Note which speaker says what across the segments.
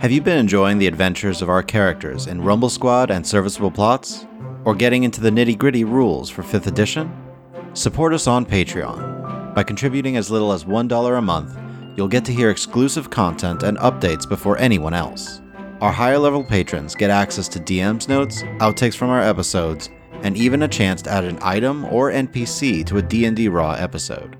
Speaker 1: Have you been enjoying the adventures of our characters in Rumble Squad and Serviceable Plots? Or getting into the nitty gritty rules for 5th edition? Support us on Patreon. By contributing as little as $1 a month, you'll get to hear exclusive content and updates before anyone else. Our higher level patrons get access to DM's notes, outtakes from our episodes, and even a chance to add an item or NPC to a D&D Raw episode.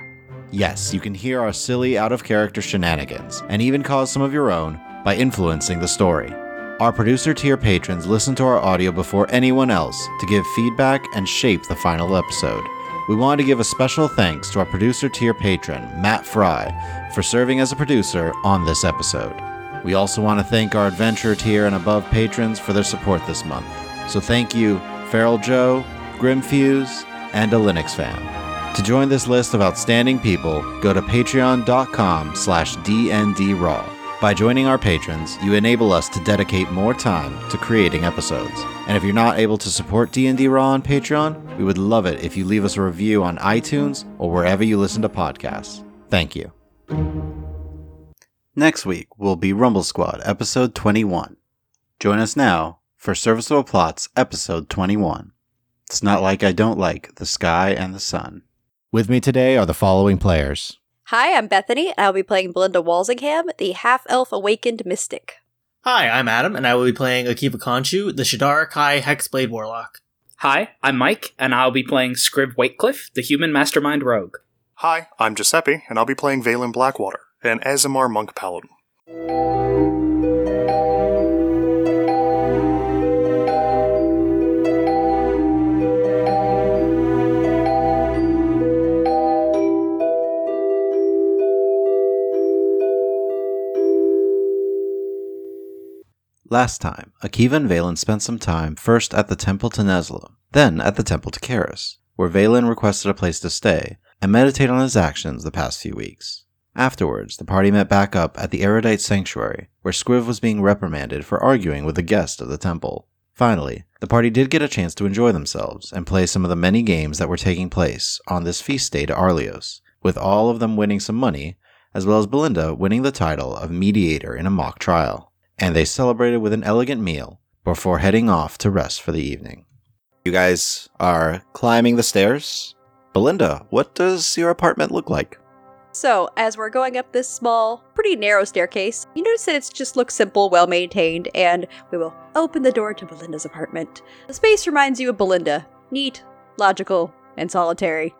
Speaker 1: Yes, you can hear our silly out of character shenanigans and even cause some of your own by influencing the story. Our producer tier patrons listen to our audio before anyone else to give feedback and shape the final episode. We want to give a special thanks to our producer tier patron, Matt Fry, for serving as a producer on this episode. We also want to thank our adventure tier and above patrons for their support this month. So thank you, Feral Joe, Grimfuse, and a Linux fan. To join this list of outstanding people, go to patreon.com slash dndraw. By joining our patrons, you enable us to dedicate more time to creating episodes. And if you're not able to support D&D Raw on Patreon, we would love it if you leave us a review on iTunes or wherever you listen to podcasts. Thank you. Next week will be Rumble Squad episode 21. Join us now for Serviceable Plots episode 21. It's not like I don't like the sky and the sun. With me today are the following players.
Speaker 2: Hi, I'm Bethany, and I'll be playing Belinda Walsingham, the half elf awakened mystic.
Speaker 3: Hi, I'm Adam, and I will be playing Akiva Konshu, the Shadara Kai Hexblade Warlock.
Speaker 4: Hi, I'm Mike, and I'll be playing Scrib Waitcliffe, the human mastermind rogue.
Speaker 5: Hi, I'm Giuseppe, and I'll be playing Valen Blackwater, an Azamar monk paladin.
Speaker 1: Last time, Akiva and Valen spent some time first at the temple to Nesla, then at the temple to Karis, where Valen requested a place to stay and meditate on his actions the past few weeks. Afterwards, the party met back up at the Erudite Sanctuary, where Squiv was being reprimanded for arguing with a guest of the temple. Finally, the party did get a chance to enjoy themselves and play some of the many games that were taking place on this feast day to Arlios, with all of them winning some money, as well as Belinda winning the title of mediator in a mock trial and they celebrated with an elegant meal before heading off to rest for the evening. You guys are climbing the stairs. Belinda, what does your apartment look like?
Speaker 2: So, as we're going up this small, pretty narrow staircase, you notice that it's just looks simple, well maintained, and we will open the door to Belinda's apartment. The space reminds you of Belinda neat, logical, and solitary.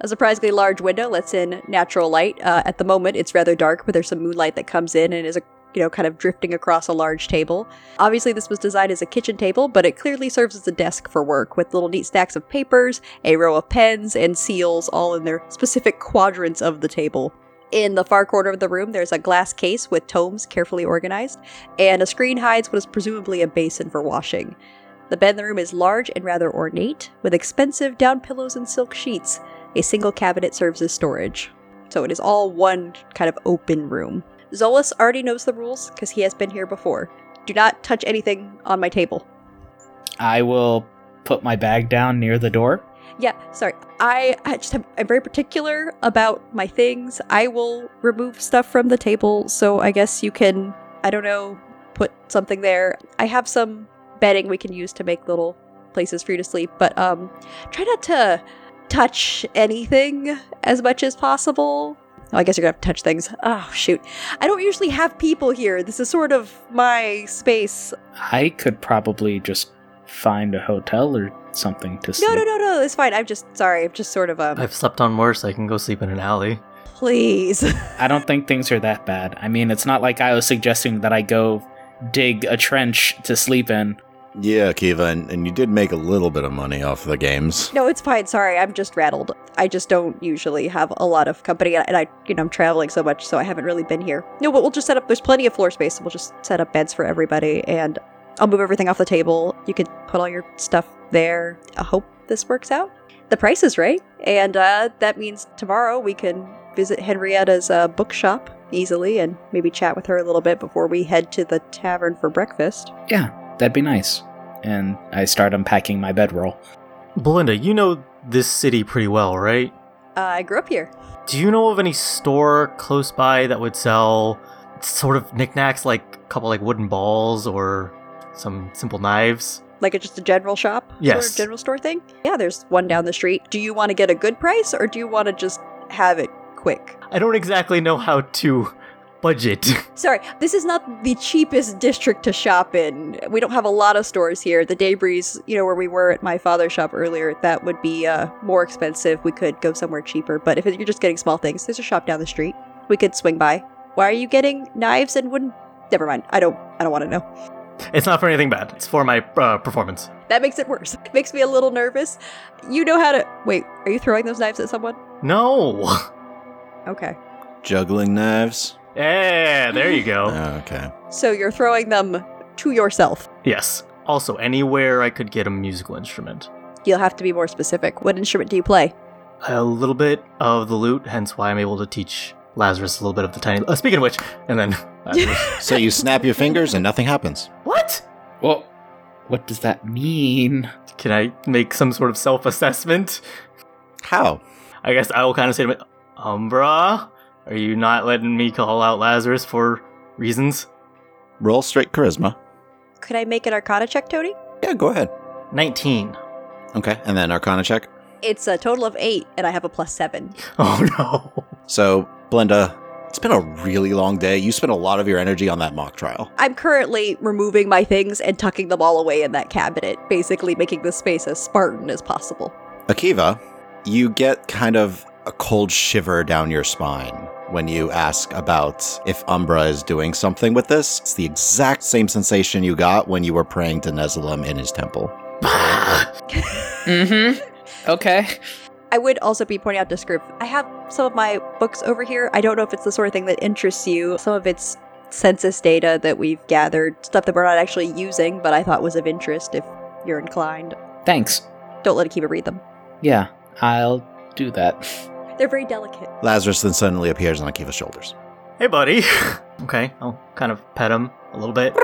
Speaker 2: A surprisingly large window lets in natural light. Uh, at the moment, it's rather dark, but there's some moonlight that comes in and is a you know, kind of drifting across a large table. Obviously, this was designed as a kitchen table, but it clearly serves as a desk for work, with little neat stacks of papers, a row of pens, and seals all in their specific quadrants of the table. In the far corner of the room, there's a glass case with tomes carefully organized, and a screen hides what is presumably a basin for washing. The bed in the room is large and rather ornate, with expensive down pillows and silk sheets. A single cabinet serves as storage. So it is all one kind of open room. Zolas already knows the rules because he has been here before. Do not touch anything on my table.
Speaker 4: I will put my bag down near the door.
Speaker 2: Yeah, sorry. I, I just have, I'm very particular about my things. I will remove stuff from the table, so I guess you can, I don't know, put something there. I have some bedding we can use to make little places for you to sleep, but um, try not to touch anything as much as possible. Oh, I guess you're gonna have to touch things. Oh shoot, I don't usually have people here. This is sort of my space.
Speaker 4: I could probably just find a hotel or something to sleep.
Speaker 2: No, no, no, no. It's fine. I'm just sorry. I'm just sort of um.
Speaker 6: I've slept on worse. I can go sleep in an alley.
Speaker 2: Please.
Speaker 4: I don't think things are that bad. I mean, it's not like I was suggesting that I go dig a trench to sleep in.
Speaker 7: Yeah, Kiva, and, and you did make a little bit of money off the games.
Speaker 2: No, it's fine. Sorry, I'm just rattled. I just don't usually have a lot of company, and I, you know, I'm traveling so much, so I haven't really been here. No, but we'll just set up. There's plenty of floor space. So we'll just set up beds for everybody, and I'll move everything off the table. You can put all your stuff there. I hope this works out. The price is right, and uh, that means tomorrow we can visit Henrietta's uh, bookshop easily, and maybe chat with her a little bit before we head to the tavern for breakfast.
Speaker 4: Yeah, that'd be nice. And I start unpacking my bedroll.
Speaker 6: Belinda, you know this city pretty well, right?
Speaker 2: Uh, I grew up here.
Speaker 6: Do you know of any store close by that would sell sort of knickknacks, like a couple like wooden balls or some simple knives.
Speaker 2: Like it's just a general shop? Sort
Speaker 6: Yes.
Speaker 2: of general store thing? Yeah, there's one down the street. Do you want to get a good price or do you want to just have it quick?
Speaker 6: I don't exactly know how to budget.
Speaker 2: Sorry, this is not the cheapest district to shop in. We don't have a lot of stores here. The debris, you know, where we were at my father's shop earlier, that would be uh, more expensive. We could go somewhere cheaper. But if you're just getting small things, there's a shop down the street. We could swing by. Why are you getting knives and wooden? Never mind. I don't. I don't want to know.
Speaker 6: it's not for anything bad. It's for my uh, performance.
Speaker 2: That makes it worse. It makes me a little nervous. You know how to. Wait, are you throwing those knives at someone?
Speaker 6: No.
Speaker 2: Okay.
Speaker 1: Juggling knives.
Speaker 6: Yeah, there you go.
Speaker 1: Oh, okay.
Speaker 2: So you're throwing them to yourself.
Speaker 6: Yes. Also, anywhere I could get a musical instrument.
Speaker 2: You'll have to be more specific. What instrument do you play?
Speaker 6: A little bit of the lute, hence why I'm able to teach Lazarus a little bit of the tiny. Uh, speaking of which, and then Lazarus.
Speaker 1: So you snap your fingers and nothing happens.
Speaker 6: what?
Speaker 4: Well, what does that mean?
Speaker 6: Can I make some sort of self-assessment?
Speaker 1: How?
Speaker 6: I guess I will kind of say to him, Umbra, are you not letting me call out Lazarus for reasons?
Speaker 1: Roll straight charisma.
Speaker 2: Could I make an arcana check, Tony?
Speaker 1: Yeah, go ahead.
Speaker 6: 19.
Speaker 1: Okay, and then Arcana check.
Speaker 2: It's a total of eight, and I have a plus seven.
Speaker 6: Oh no.
Speaker 1: So, Blenda, it's been a really long day. You spent a lot of your energy on that mock trial.
Speaker 2: I'm currently removing my things and tucking them all away in that cabinet, basically making the space as Spartan as possible.
Speaker 1: Akiva, you get kind of a cold shiver down your spine when you ask about if Umbra is doing something with this. It's the exact same sensation you got when you were praying to Nezalim in his temple.
Speaker 4: Mm-hmm. Okay.
Speaker 2: I would also be pointing out to Scrib, I have some of my books over here. I don't know if it's the sort of thing that interests you. Some of it's census data that we've gathered, stuff that we're not actually using, but I thought was of interest if you're inclined.
Speaker 4: Thanks.
Speaker 2: Don't let Akiva read them.
Speaker 4: Yeah, I'll do that.
Speaker 2: They're very delicate.
Speaker 1: Lazarus then suddenly appears on Akiva's shoulders.
Speaker 6: Hey, buddy. okay, I'll kind of pet him a little bit.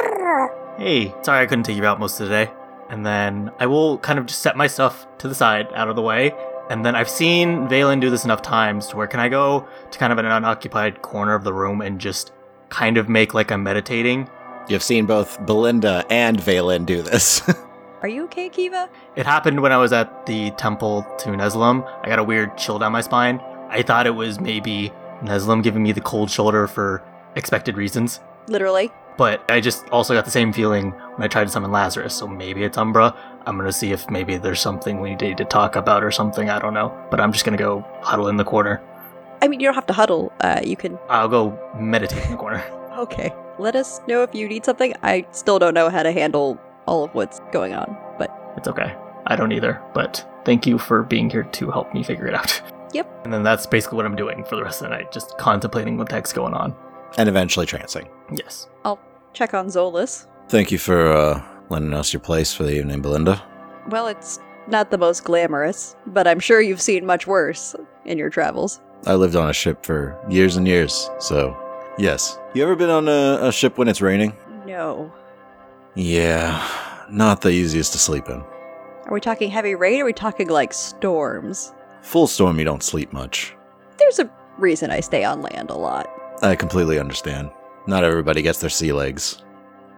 Speaker 6: hey, sorry I couldn't take you out most of the day. And then I will kind of just set my stuff to the side, out of the way. And then I've seen Valen do this enough times to where can I go to kind of an unoccupied corner of the room and just kind of make like I'm meditating?
Speaker 1: You've seen both Belinda and Valen do this.
Speaker 2: Are you okay, Akiva?
Speaker 6: It happened when I was at the temple to Neslim. I got a weird chill down my spine. I thought it was maybe Neslim giving me the cold shoulder for expected reasons,
Speaker 2: Literally.
Speaker 6: but I just also got the same feeling when I tried to summon Lazarus, so maybe it's Umbra. I'm gonna see if maybe there's something we need to talk about or something, I don't know. But I'm just gonna go huddle in the corner.
Speaker 2: I mean, you don't have to huddle. Uh, you can
Speaker 6: I'll go meditate in the corner.
Speaker 2: Okay. Let us know if you need something. I still don't know how to handle all of what's going on, but
Speaker 6: It's okay. I don't either, but thank you for being here to help me figure it out.
Speaker 2: Yep.
Speaker 6: And then that's basically what I'm doing for the rest of the night, just contemplating what the heck's going on.
Speaker 1: and eventually trancing.
Speaker 6: Yes.
Speaker 2: check on Zolas.
Speaker 1: Thank you for uh, lending us your place for the evening, Belinda.
Speaker 2: Well, it's not the most glamorous, but I'm sure you've seen much worse in your travels.
Speaker 1: I lived on a ship for years and years, so yes. You ever been on a, a ship when it's raining?
Speaker 2: No.
Speaker 1: Yeah, not the easiest to sleep in.
Speaker 2: Are we talking heavy rain? Or are we talking like storms?
Speaker 1: Full storm, you don't sleep much.
Speaker 2: There's a reason I stay on land a lot.
Speaker 1: I completely understand. Not everybody gets their sea legs.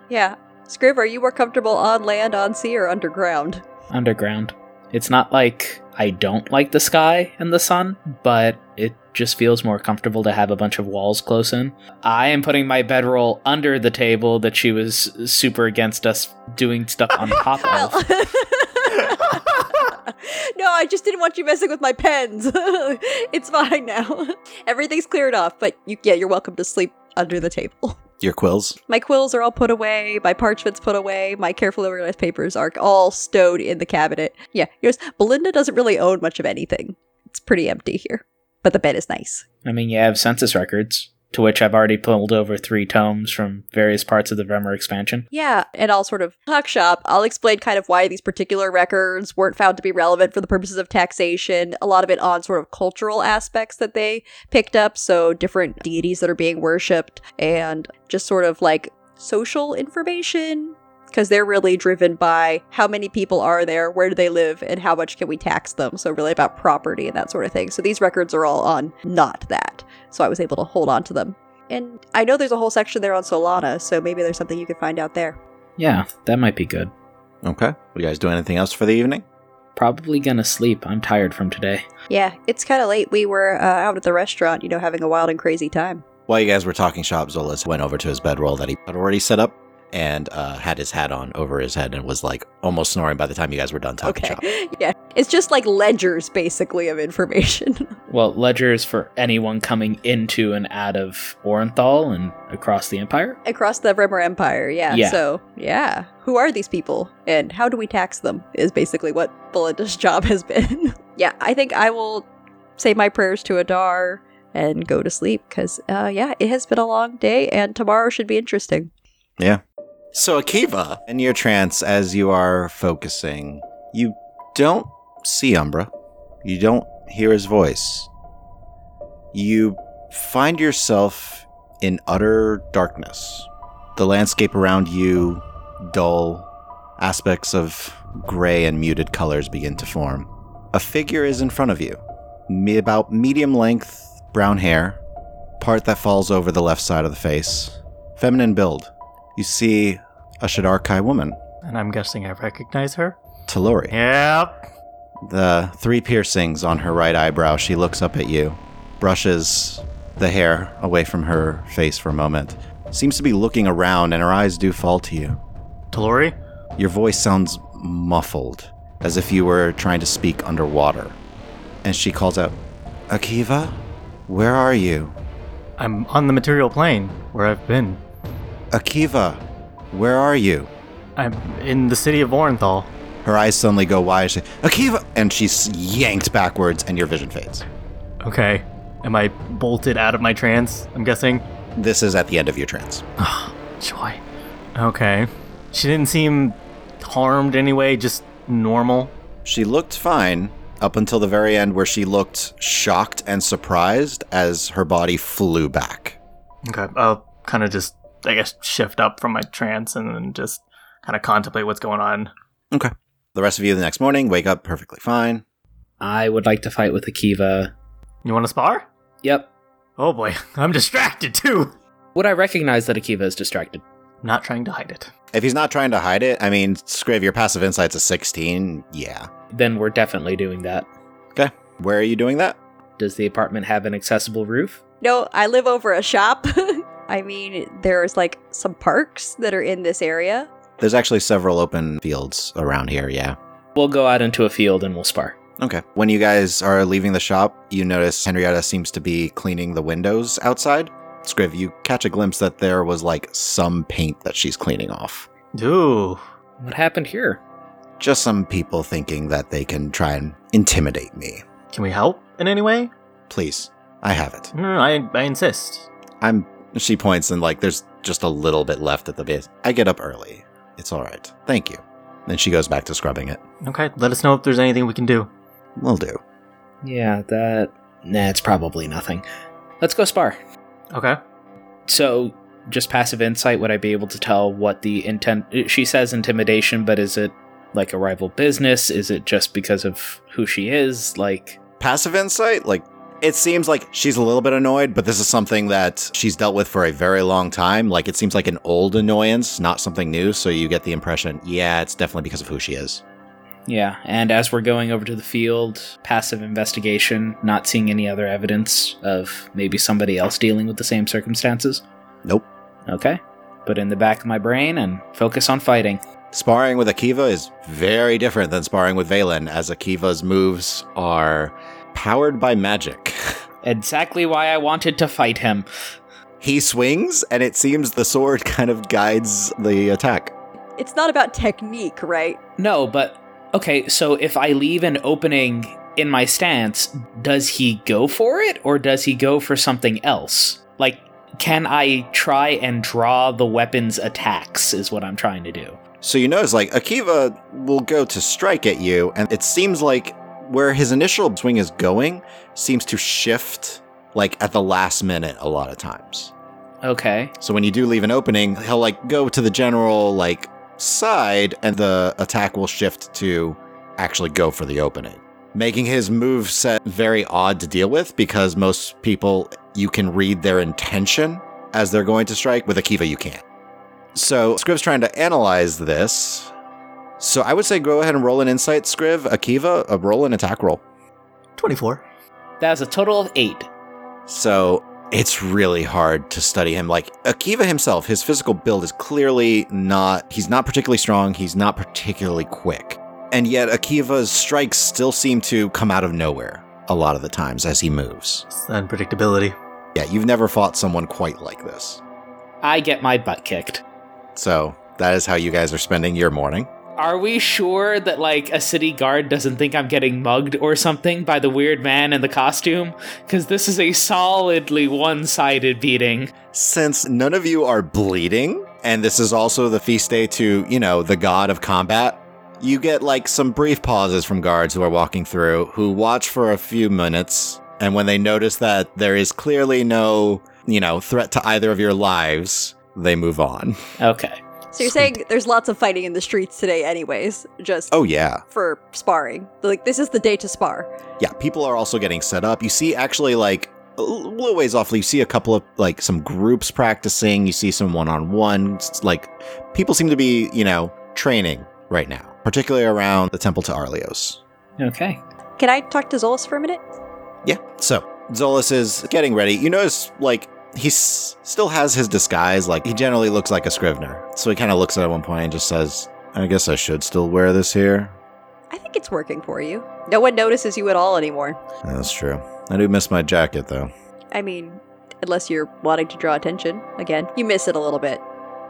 Speaker 2: Yeah. Scriv, are you more comfortable on land, on sea, or underground?
Speaker 4: Underground. It's not like I don't like the sky and the sun, but it just feels more comfortable to have a bunch of walls close in. I am putting my bedroll under the table that she was super against us doing stuff on top
Speaker 2: Well.
Speaker 4: of.
Speaker 2: no, I just didn't want you messing with my pens. it's fine now. Everything's cleared off, but you, yeah, you're welcome to sleep under the table.
Speaker 1: Your quills?
Speaker 2: My quills are all put away, my parchment's put away, my carefully organized papers are all stowed in the cabinet. Yeah, yours. Belinda doesn't really own much of anything. It's pretty empty here, but the bed is nice.
Speaker 4: I mean, you have census records, to which I've already pulled over three tomes from various parts of the Bremer expansion.
Speaker 2: Yeah, and I'll sort of talk shop. I'll explain kind of why these particular records weren't found to be relevant for the purposes of taxation. A lot of it on sort of cultural aspects that they picked up, so different deities that are being worshipped, and just sort of like social information. Because they're really driven by how many people are there, where do they live, and how much can we tax them. So, really about property and that sort of thing. So, these records are all on not that. So, I was able to hold on to them. And I know there's a whole section there on Solana, so maybe there's something you could find out there.
Speaker 4: Yeah, that might be good.
Speaker 1: Okay. You guys do anything else for the evening?
Speaker 4: Probably gonna sleep. I'm tired from today.
Speaker 2: Yeah, it's kind of late. We were uh, out at the restaurant, you know, having a wild and crazy time.
Speaker 1: While you guys were talking shop, Zolas went over to his bedroll that he had already set up and uh, had his hat on over his head and was like almost snoring by the time you guys were done talking shop.
Speaker 2: Okay. Yeah, it's just like ledgers, basically, of information.
Speaker 4: Well, Ledger is for anyone coming into and out of Orenthal and across the Empire.
Speaker 2: Across the Rimmer Empire, yeah.
Speaker 4: Yeah.
Speaker 2: So, yeah. Who are these people and how do we tax them is basically what Belinda's job has been. yeah, I think I will say my prayers to Adar and go to sleep because, uh, yeah, it has been a long day and tomorrow should be interesting.
Speaker 1: So, Akiva, in your trance, as you are focusing, you don't see Umbra. You don't hear his voice. You find yourself in utter darkness. The landscape around you, dull, aspects of gray and muted colors begin to form. A figure is in front of you, me- about medium length, brown hair, part that falls over the left side of the face, feminine build. You see a Shadarkai woman,
Speaker 6: And I'm guessing I recognize her.
Speaker 1: Talori.
Speaker 6: Yep.
Speaker 1: The three piercings on her right eyebrow, she looks up at you, brushes the hair away from her face for a moment, seems to be looking around, and her eyes do fall to you.
Speaker 6: Talori?
Speaker 1: Your voice sounds muffled, as if you were trying to speak underwater. And she calls out, Akiva, where are you?
Speaker 6: I'm on the material plane where I've been.
Speaker 1: Akiva, where are you?
Speaker 6: I'm in the city of Orenthal.
Speaker 1: Her eyes suddenly go wide. She, Akiva! And she's yanked backwards, and your vision fades.
Speaker 6: Okay. Am I bolted out of my trance? I'm guessing.
Speaker 1: This is at the end of your trance.
Speaker 6: Joy. Okay. She didn't seem harmed anyway, just normal.
Speaker 1: She looked fine up until the very end, where she looked shocked and surprised as her body flew back.
Speaker 6: Okay. I'll kind of just, I guess, shift up from my trance and then just kind of contemplate what's going on.
Speaker 1: The rest of you the next morning wake up perfectly fine.
Speaker 4: I would like to fight with Akiva.
Speaker 6: You want to spar?
Speaker 4: Yep.
Speaker 6: Oh boy, I'm distracted too.
Speaker 4: Would I recognize that Akiva is distracted?
Speaker 6: Not trying to hide it.
Speaker 1: If he's not trying to hide it, I mean, Scriv, your passive insight's a 16. Yeah.
Speaker 4: Then we're definitely doing that.
Speaker 1: Where are you doing that?
Speaker 4: Does the apartment have an accessible roof?
Speaker 2: No, I live over a shop. I mean, there's like some parks that are in this area.
Speaker 1: There's actually several open fields around here, yeah.
Speaker 4: We'll go out into a field and we'll spar.
Speaker 1: Okay. When you guys are leaving the shop, you notice Henrietta seems to be cleaning the windows outside. Scriv, you catch a glimpse that there was like some paint that she's cleaning off.
Speaker 6: Ooh.
Speaker 4: What happened here?
Speaker 1: Just some people thinking that they can try and intimidate me.
Speaker 6: Can we help in any way?
Speaker 1: Please, I have it.
Speaker 6: No, no, no, I, I insist.
Speaker 1: I'm. She points and like, there's just a little bit left at the base. I get up early. It's all right. Thank you. Then she goes back to scrubbing it.
Speaker 6: Okay, let us know if there's anything we can do.
Speaker 1: Will do.
Speaker 4: Yeah, that. Nah, it's probably nothing. Let's go spar.
Speaker 6: Okay.
Speaker 4: So, just passive insight, would I be able to tell what the intent? She says intimidation, but is it like a rival business? Is it just because of who she is? Like,
Speaker 1: Passive insight? Like, it seems like she's a little bit annoyed, but this is something that she's dealt with for a very long time. Like, it seems like an old annoyance, not something new. So you get the impression, yeah, it's definitely because of who she is.
Speaker 4: yeah. And as we're going over to the field, passive investigation, not seeing any other evidence of maybe somebody else dealing with the same circumstances.
Speaker 1: Nope.
Speaker 4: Okay. Put in the back of my brain and focus on fighting.
Speaker 1: Sparring with Akiva is very different than sparring with Valen, as Akiva's moves are powered by magic.
Speaker 4: Exactly why I wanted to fight him.
Speaker 1: he swings, and it seems the sword kind of guides the attack.
Speaker 2: It's not about technique, right?
Speaker 4: No, but okay, so if I leave an opening in my stance, does he go for it or does he go for something else? Like, can I try and draw the weapon's attacks? Is what I'm trying to do.
Speaker 1: So you notice, like, Akiva will go to strike at you, and it seems like where his initial swing is going seems to shift, like, at the last minute a lot of times.
Speaker 4: Okay.
Speaker 1: So when you do leave an opening, he'll, like, go to the general, like, side, and the attack will shift to actually go for the opening. Making his move set very odd to deal with because most people, you can read their intention as they're going to strike. With Akiva, you can't. So Scriv's trying to analyze this. So I would say go ahead and roll an insight, Scriv. Akiva, uh, roll an attack roll.
Speaker 6: 24.
Speaker 4: That is a total of eight.
Speaker 1: So it's really hard to study him. Like Akiva himself, his physical build is clearly not, he's not particularly strong, he's not particularly quick. And yet Akiva's strikes still seem to come out of nowhere a lot of the times as he moves.
Speaker 6: It's the unpredictability.
Speaker 1: Yeah, you've never fought someone quite like this.
Speaker 4: I get my butt kicked.
Speaker 1: So that is how you guys are spending your morning.
Speaker 4: Are we sure that like a city guard doesn't think I'm getting mugged or something by the weird man in the costume? Because this is a solidly one-sided beating.
Speaker 1: Since none of you are bleeding, and this is also the feast day to, you know, the god of combat, you get like some brief pauses from guards who are walking through who watch for a few minutes, and when they notice that there is clearly no, you know, threat to either of your lives, they move on.
Speaker 4: Okay.
Speaker 2: So you're saying there's lots of fighting in the streets today, anyways, just
Speaker 1: Oh, yeah.
Speaker 2: for sparring. Like, this is the day to spar.
Speaker 1: Yeah, people are also getting set up. You see, actually, like a l- little ways off, you see a couple of like some groups practicing. You see some one-on-one. Like people seem to be, you know, training right now, particularly around the temple to Arlios.
Speaker 4: Okay.
Speaker 2: Can I talk to Zolas for a minute?
Speaker 1: Yeah. So Zolas is getting ready. You notice, like he s- still has his disguise. Like he generally looks like a scrivener. So he kind of looks at it at one point and just says, "I guess I should still wear this here."
Speaker 2: I think it's working for you. No one notices you at all anymore.
Speaker 1: Yeah, that's true. I do miss my jacket though.
Speaker 2: I mean, unless you're wanting to draw attention again, you miss it a little bit.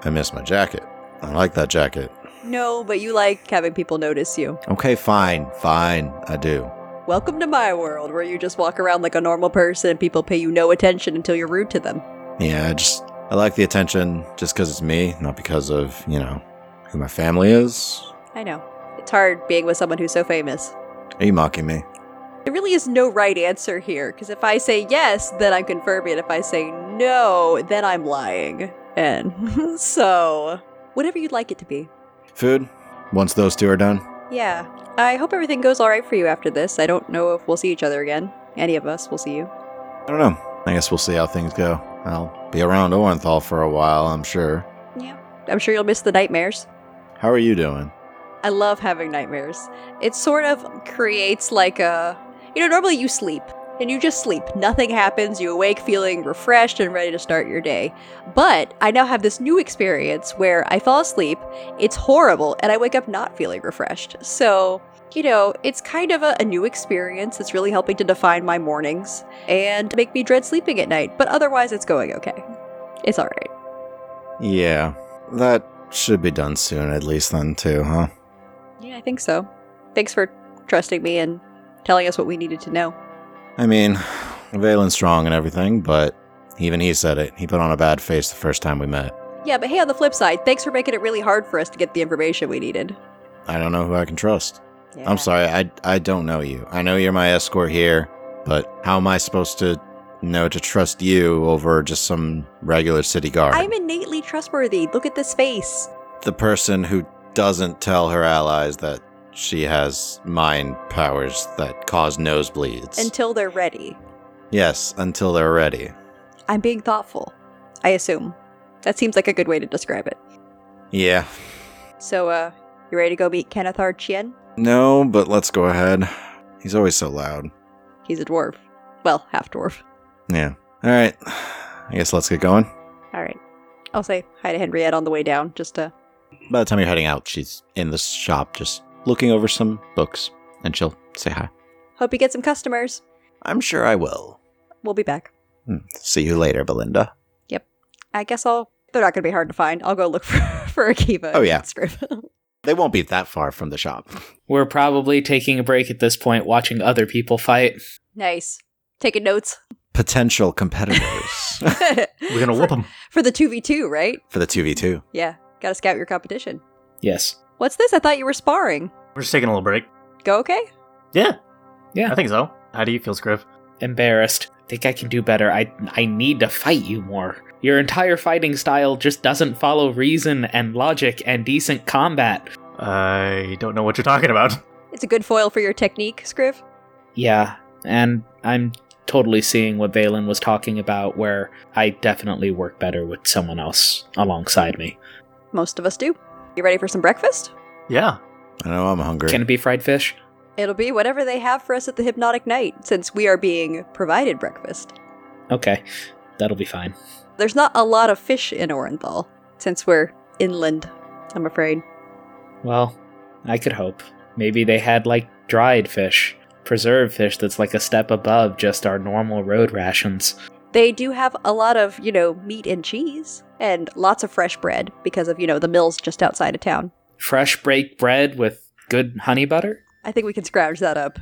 Speaker 1: I miss my jacket. I like that jacket.
Speaker 2: No, but you like having people notice you.
Speaker 1: Okay, fine, fine, I do.
Speaker 2: Welcome to my world, where you just walk around like a normal person and people pay you no attention until you're rude to them.
Speaker 1: Yeah, I just I like the attention just because it's me, not because of you know who my family is.
Speaker 2: I know. It's hard being with someone who's so famous.
Speaker 1: Are you mocking me?
Speaker 2: There really is no right answer here, because if I say yes, then I'm confirming. If I say no, then I'm lying. And so, whatever you'd like it to be.
Speaker 1: Food. Once those two are done,
Speaker 2: Yeah. I hope everything goes all right for you after this. I don't know if we'll see each other again. Any of us will see you.
Speaker 1: I don't know. I guess we'll see how things go. I'll be around Orenthal for a while, I'm sure.
Speaker 2: I'm sure you'll miss the nightmares.
Speaker 1: How are you doing?
Speaker 2: I love having nightmares. It sort of creates like a. You know, normally you sleep and you just sleep. Nothing happens. You awake feeling refreshed and ready to start your day. But I now have this new experience where I fall asleep, it's horrible, and I wake up not feeling refreshed. So, you know, it's kind of a, a new experience. It's really helping to define my mornings and make me dread sleeping at night. But otherwise, it's going okay. It's all right.
Speaker 1: Yeah, that should be done soon, at least then too, huh?
Speaker 2: Yeah, I think so. Thanks for trusting me and telling us what we needed to know.
Speaker 1: I mean, Valen's strong and everything, but even he said it. He put on a bad face the first time we met.
Speaker 2: Yeah, but hey, on the flip side, thanks for making it really hard for us to get the information we needed.
Speaker 1: I don't know who I can trust. I'm sorry, I I don't know you. I know you're my escort here, but how am I supposed to know to trust you over just some regular city guard?
Speaker 2: I'm innately trustworthy. Look at this face.
Speaker 1: the person who doesn't tell her allies that she has mind powers that cause nosebleeds.
Speaker 2: Until they're ready.
Speaker 1: yes, until they're ready.
Speaker 2: I'm being thoughtful. I assume. That seems like a good way to describe it.
Speaker 1: Yeah.
Speaker 2: So, uh, you ready to go meet Kenneth R. Chien?
Speaker 1: No, but let's go ahead. He's always so loud.
Speaker 2: He's a dwarf. Well, half dwarf.
Speaker 1: Yeah. All right. I guess let's get going.
Speaker 2: All right. I'll say hi to Henriette on the way down, just to.
Speaker 1: By the time you're heading out, she's in the shop just looking over some books, and she'll say hi.
Speaker 2: Hope you get some customers.
Speaker 1: I'm sure I will.
Speaker 2: We'll be back.
Speaker 1: Hmm. See you later, Belinda.
Speaker 2: I guess I'll. They're not going to be hard to find. I'll go look for, for Akiva.
Speaker 1: Oh, yeah.
Speaker 2: Screw it.
Speaker 1: They won't be that far from the shop.
Speaker 4: We're probably taking a break at this point, watching other people fight.
Speaker 2: nice. Taking notes.
Speaker 1: Potential competitors
Speaker 6: We're going to whoop them.
Speaker 2: For the 2v2, right?
Speaker 1: for the 2v2.
Speaker 2: Yeah, gotta scout your competition.
Speaker 4: Yes.
Speaker 2: What's this? I thought you were sparring.
Speaker 6: We're just taking a little break.
Speaker 2: Go okay?
Speaker 6: Yeah.
Speaker 4: Yeah.
Speaker 6: I think so. How do you feel, Scriv?
Speaker 4: Embarrassed. Think I can do better. I I need to fight you more. Your entire fighting style just doesn't follow reason and logic and decent combat.
Speaker 6: I don't know what you're talking about.
Speaker 2: It's a good foil for your technique, Scriv.
Speaker 4: Yeah, and I'm totally seeing what Valen was talking about, where I definitely work better with someone else alongside me.
Speaker 2: Most of us do. You ready for some breakfast?
Speaker 6: Yeah.
Speaker 1: I know I'm hungry.
Speaker 4: Can it be fried fish?
Speaker 2: It'll be whatever they have for us at the Hypnotic Night, since we are being provided breakfast.
Speaker 4: Okay, that'll be fine.
Speaker 2: There's not a lot of fish in Orenthal, since we're inland, I'm afraid.
Speaker 4: Well, I could hope. Maybe they had like dried fish, preserved fish that's like a step above just our normal road rations.
Speaker 2: They do have a lot of, you know, meat and cheese, and lots of fresh bread because of, you know, the mills just outside of town.
Speaker 4: Fresh baked bread with good honey butter?
Speaker 2: I think we can scrounge that up.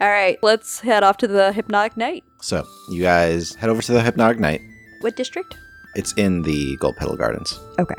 Speaker 2: All right, let's head off to the Hypnotic Night.
Speaker 1: So you guys head over to the Hypnotic Night.
Speaker 2: What district?
Speaker 1: It's in the Gold Petal Gardens.
Speaker 2: Okay.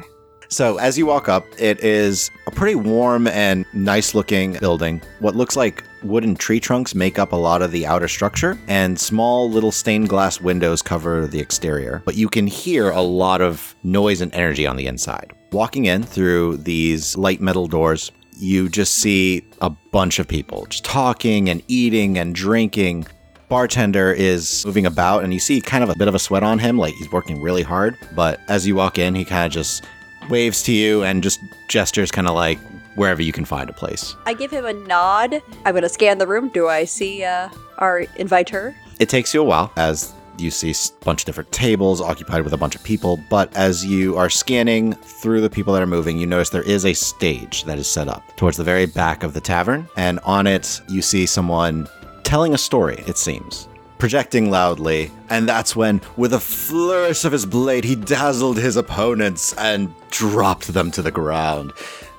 Speaker 1: So as you walk up, it is a pretty warm and nice looking building. What looks like wooden tree trunks make up a lot of the outer structure, and small little stained glass windows cover the exterior. But you can hear a lot of noise and energy on the inside. Walking in through these light metal doors, you just see a bunch of people just talking and eating and drinking. Bartender is moving about, and you see kind of a bit of a sweat on him, like he's working really hard. But as you walk in, he kind of just waves to you and just gestures kind of like wherever you can find a place.
Speaker 2: I give him a nod. I'm going to scan the room. Do I see uh, our inviter?
Speaker 1: It takes you a while as you see a bunch of different tables occupied with a bunch of people, but as you are scanning through the people that are moving, you notice there is a stage that is set up towards the very back of the tavern, and on it you see someone telling a story, it seems. Projecting loudly, and that's when, with a flourish of his blade, he dazzled his opponents and dropped them to the ground.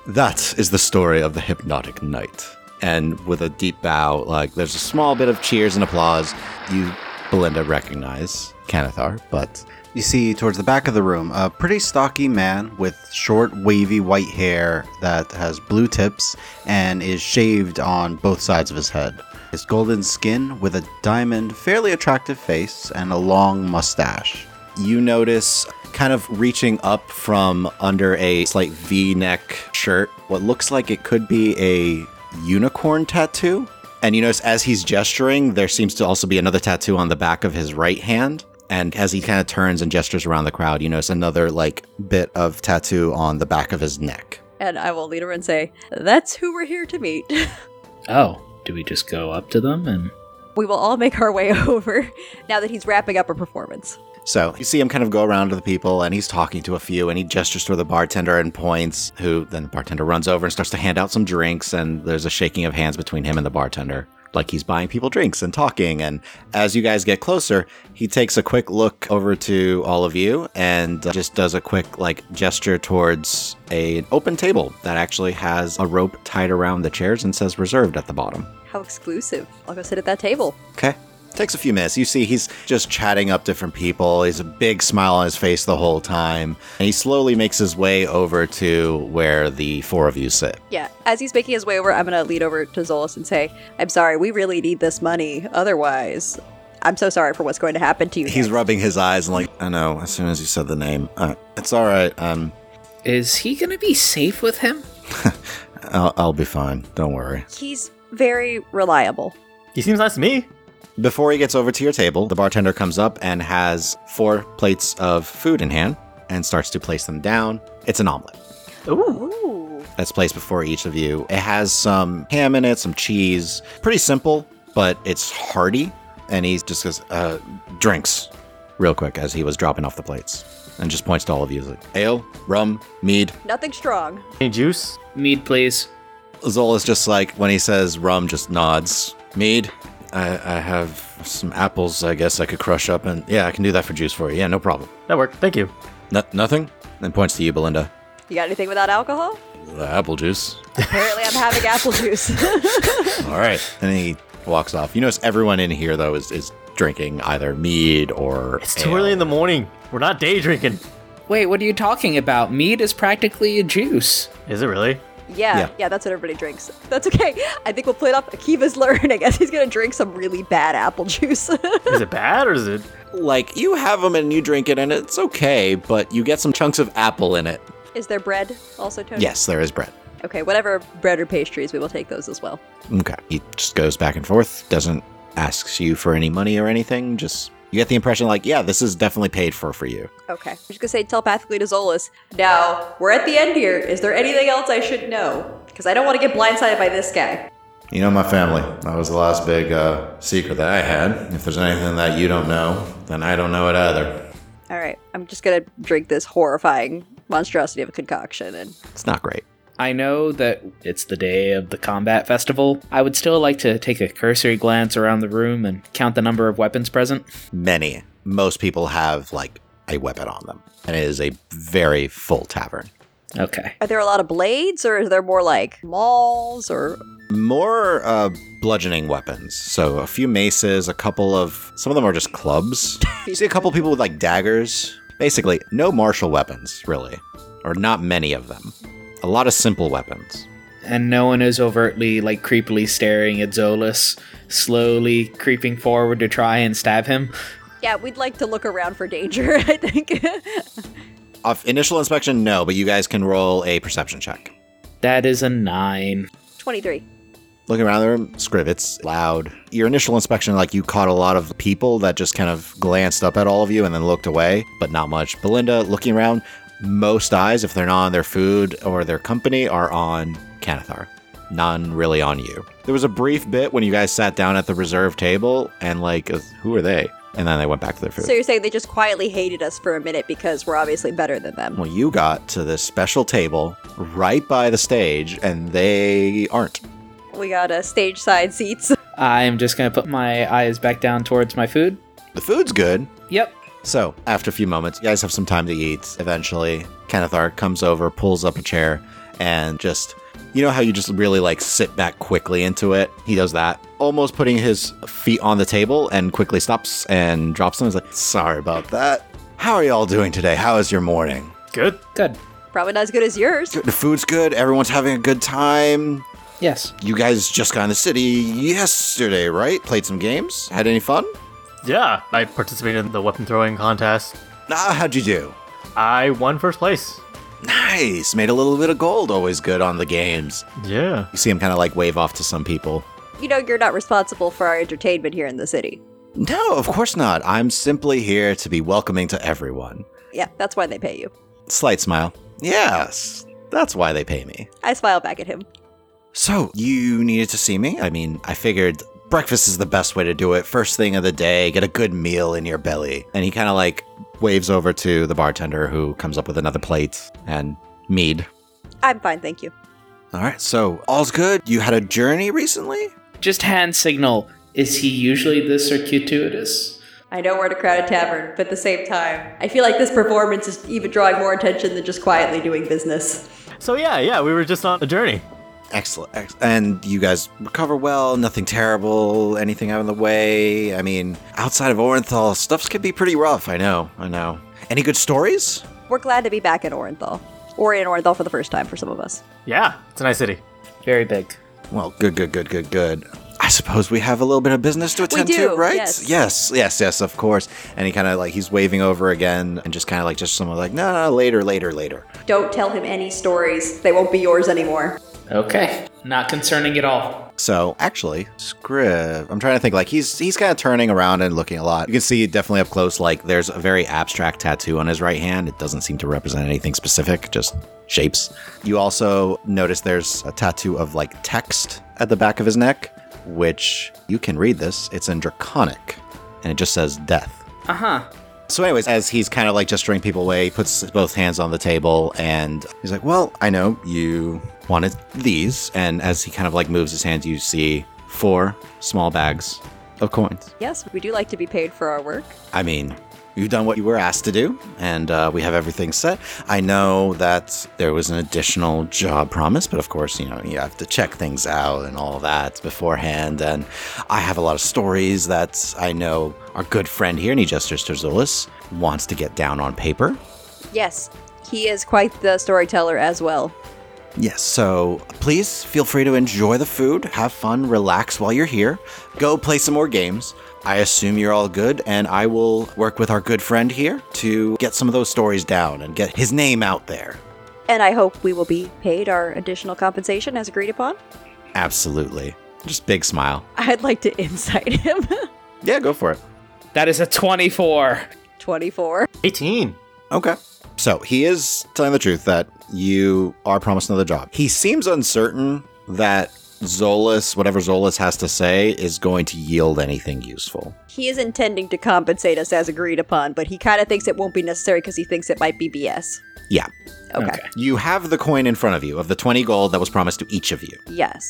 Speaker 1: That is the story of the hypnotic knight. And with a deep bow, like there's a small bit of cheers and applause, you Belinda recognize Canathar, but
Speaker 8: You see, towards the back of the room, a pretty stocky man with short, wavy white hair that has blue tips and is shaved on both sides of his head. His golden skin with a diamond, fairly attractive face, and a long mustache.
Speaker 1: you notice kind of reaching up from under a slight V neck shirt what looks like it could be a unicorn tattoo. And you notice as he's gesturing, there seems to also be another tattoo on the back of his right hand. And as he kind of turns and gestures around the crowd, you notice another like bit of tattoo on the back of his neck.
Speaker 2: And I will lean over and say, That's who we're here to meet.
Speaker 4: Oh, do we just go up to them and.
Speaker 2: we will all make our way over now that he's wrapping up a performance.
Speaker 1: So you see him kind of go around to the people and he's talking to a few and he gestures toward the bartender and points, who then the bartender runs over and starts to hand out some drinks and there's a shaking of hands between him and the bartender. Like he's buying people drinks and talking. And as you guys get closer, he takes a quick look over to all of you and uh, just does a quick like gesture towards a- an open table that actually has a rope tied around the chairs and says reserved at the bottom.
Speaker 2: How exclusive. I'll go sit at that table.
Speaker 1: Okay. Takes a few minutes. You see, he's just chatting up different people. He's a big smile on his face the whole time. And he slowly makes his way over to where the four of you sit.
Speaker 2: Yeah, as he's making his way over, I'm going to lean over to Zolas and say, I'm sorry, we really need this money. Otherwise, I'm so sorry for what's going to happen to you.
Speaker 1: He's
Speaker 2: next."
Speaker 1: rubbing his eyes and, like, I know, as soon as you said the name, uh, it's all right. Um,
Speaker 4: Is he gonna be safe with him?
Speaker 1: I'll, I'll be fine. Don't worry.
Speaker 2: He's very reliable.
Speaker 6: He seems nice to me.
Speaker 1: Before he gets over to your table, the bartender comes up and has four plates of food in hand and starts to place them down. It's an omelet.
Speaker 6: Ooh.
Speaker 2: Ooh.
Speaker 1: that's placed before each of you. It has some ham in it, some cheese. Pretty simple, but it's hearty. And he just goes, uh, drinks, real quick, as he was dropping off the plates. And just points to all of you. He's like, ale, rum, mead.
Speaker 2: Nothing strong.
Speaker 6: Any juice?
Speaker 4: Mead, please.
Speaker 1: Zola's just like, when he says rum, just nods. Mead, I, I have some apples, I guess I could crush up. And yeah, I can do that for juice for you. Yeah, no problem.
Speaker 6: That worked. Thank you.
Speaker 1: N- nothing? And points to you, Belinda.
Speaker 2: You got anything without alcohol?
Speaker 1: "Uh, apple juice.
Speaker 2: Apparently, I'm having apple juice.
Speaker 1: All right. And he walks off. You notice everyone in here, though, is, is drinking either mead or.
Speaker 6: It's too
Speaker 1: ale.
Speaker 6: early in the morning. We're not day drinking.
Speaker 4: Wait, what are you talking about? Mead is practically a juice.
Speaker 6: Is it really?
Speaker 2: Yeah,
Speaker 1: Yeah.
Speaker 2: yeah, that's what everybody drinks. That's okay. I think we'll play it off. Akiva's learning as he's gonna drink some really bad apple juice.
Speaker 6: Is it bad or is it?
Speaker 1: Like, you have them and you drink it, and it's okay, but you get some chunks of apple in it.
Speaker 2: is there bread also, Tony?
Speaker 1: Yes, there is bread.
Speaker 2: Okay, whatever bread or pastries, we will take those as well.
Speaker 1: Okay. He just goes back and forth, doesn't asks you for any money or anything. Just you get the impression like, yeah, this is definitely paid for for you.
Speaker 2: Okay. I'm just gonna say telepathically to Zolas. Now, we're at the end here. Is there anything else I should know? Because I don't want to get blindsided by this guy.
Speaker 9: You know my family. That was the last big uh, secret that I had. If there's anything that you don't know, then I don't know it either.
Speaker 2: All right. I'm just gonna drink this horrifying monstrosity of a concoction and
Speaker 1: It's not great.
Speaker 4: I know that it's the day of the combat festival. I would still like to take a cursory glance around the room and count the number of weapons present.
Speaker 1: Many, most people have like a weapon on them, and it is a very full tavern.
Speaker 4: Okay.
Speaker 2: are there a lot of blades or is there more like mauls or
Speaker 1: More uh, bludgeoning weapons. So a few maces, a couple of some of them are just clubs. you see a couple people with like daggers. Basically, no martial weapons, really, or not many of them. A lot of simple weapons.
Speaker 4: And no one is overtly, like, creepily staring at Zolas, slowly creeping forward to try and stab him.
Speaker 2: Yeah, we'd like to look around for danger, I think.
Speaker 1: Off initial inspection, no, but you guys can roll a perception check.
Speaker 4: That is a nine.
Speaker 2: 23.
Speaker 1: Looking around the room, Scriv, it's loud. Your initial inspection, like you caught a lot of people that just kind of glanced up at all of you and then looked away, but not much. Belinda, looking around, most eyes, if they're not on their food or their company, are on Canathar. None really on you. There was a brief bit when you guys sat down at the reserve table and, like, uh, who are they? And then they went back to their food.
Speaker 2: So you're saying they just quietly hated us for a minute because we're obviously better than them.
Speaker 1: Well, you got to this special table right by the stage, and they aren't.
Speaker 2: We got uh, stage side seats.
Speaker 4: I'm just gonna put my eyes back down towards my food.
Speaker 1: The food's good.
Speaker 4: Yep.
Speaker 1: So, after a few moments, you guys have some time to eat. Eventually, Kanathar comes over, pulls up a chair, and just, you know how you just really like sit back quickly into it? He does that, almost putting his feet on the table and quickly stops and drops them. He's like, sorry about that. How are y'all doing today? How is your morning?
Speaker 6: Good.
Speaker 4: Good.
Speaker 2: Probably not as good as yours.
Speaker 1: The food's good. Everyone's having a good time.
Speaker 4: Yes.
Speaker 1: You guys just got in the city yesterday, right? Played some games? Had any fun?
Speaker 6: Yeah, I participated in the weapon throwing contest.
Speaker 1: Ah, how'd you do?
Speaker 6: I won first place.
Speaker 1: Nice. Made a little bit of gold. Always good on the games.
Speaker 6: Yeah.
Speaker 1: You see him kind of like wave off to some people.
Speaker 2: You know, you're not responsible for our entertainment here in the city.
Speaker 1: No, of course not. I'm simply here to be welcoming to everyone.
Speaker 2: Yeah, that's why they pay you.
Speaker 1: Slight smile. Yes, that's why they pay me.
Speaker 2: I smile back at him.
Speaker 1: So, you needed to see me? I mean, I figured breakfast is the best way to do it. First thing of the day, get a good meal in your belly. And he kind of like waves over to the bartender who comes up with another plate and mead.
Speaker 2: I'm fine, thank you.
Speaker 1: All right, so all's good. You had a journey recently?
Speaker 4: Just hand signal. Is he usually this circuitous?
Speaker 2: I know we're at a crowded tavern, but at the same time, I feel like this performance is even drawing more attention than just quietly doing business.
Speaker 6: So yeah, yeah, we were just on a journey.
Speaker 1: Excellent. ex- And you guys recover well, nothing terrible, anything out of the way. I mean, outside of Orenthal, stuffs can be pretty rough. I know, I know. Any good stories?
Speaker 2: We're glad to be back in Orenthal. Or in Orenthal for the first time for some of us.
Speaker 6: Yeah, it's a nice city.
Speaker 4: Very big.
Speaker 1: Well, good, good, good, good, good. I suppose we have a little bit of business to attend to,
Speaker 2: do,
Speaker 1: right?
Speaker 2: yes.
Speaker 1: yes, yes, yes, of course. And he kind of like, he's waving over again and just kind of like, just someone like, no, no, later, later, later.
Speaker 2: Don't tell him any stories. They won't be yours anymore.
Speaker 4: Okay. Not concerning at all.
Speaker 1: So actually, Scriv, I'm trying to think. Like he's he's kind of turning around and looking a lot. You can see definitely up close. Like there's a very abstract tattoo on his right hand. It doesn't seem to represent anything specific, just shapes. You also notice there's a tattoo of like text at the back of his neck, which you can read this. It's in draconic, and it just says death.
Speaker 4: Uh huh.
Speaker 1: So, anyways, as he's kind of like gesturing people away, he puts both hands on the table and he's like, Well, I know you wanted these. And as he kind of like moves his hands, you see four small bags of coins.
Speaker 2: Yes, we do like to be paid for our work.
Speaker 1: I mean, you've done what you were asked to do, and uh, we have everything set. I know that there was an additional job promise, but of course, you know, you have to check things out and all that beforehand. And I have a lot of stories that I know our good friend here, and he gestures to Zulus, wants to get down on paper.
Speaker 2: Yes, he is quite the storyteller as well.
Speaker 1: Yes, so please feel free to enjoy the food, have fun, relax while you're here, go play some more games. I assume you're all good, and I will work with our good friend here to get some of those stories down and get his name out there.
Speaker 2: And I hope we will be paid our additional compensation as agreed upon.
Speaker 1: Absolutely. Just big smile.
Speaker 2: I'd like to insight him.
Speaker 1: Yeah, go for it.
Speaker 4: That is a 24.
Speaker 2: 24.
Speaker 6: 18.
Speaker 1: Okay. So he is telling the truth that you are promised another job. He seems uncertain that Zolas, whatever Zolas has to say, is going to yield anything useful.
Speaker 2: He is intending to compensate us as agreed upon, but he kind of thinks it won't be necessary because he thinks it might be BS.
Speaker 1: Yeah.
Speaker 2: Okay.
Speaker 1: You have the coin in front of you of the 20 gold that was promised to each of you.
Speaker 2: Yes.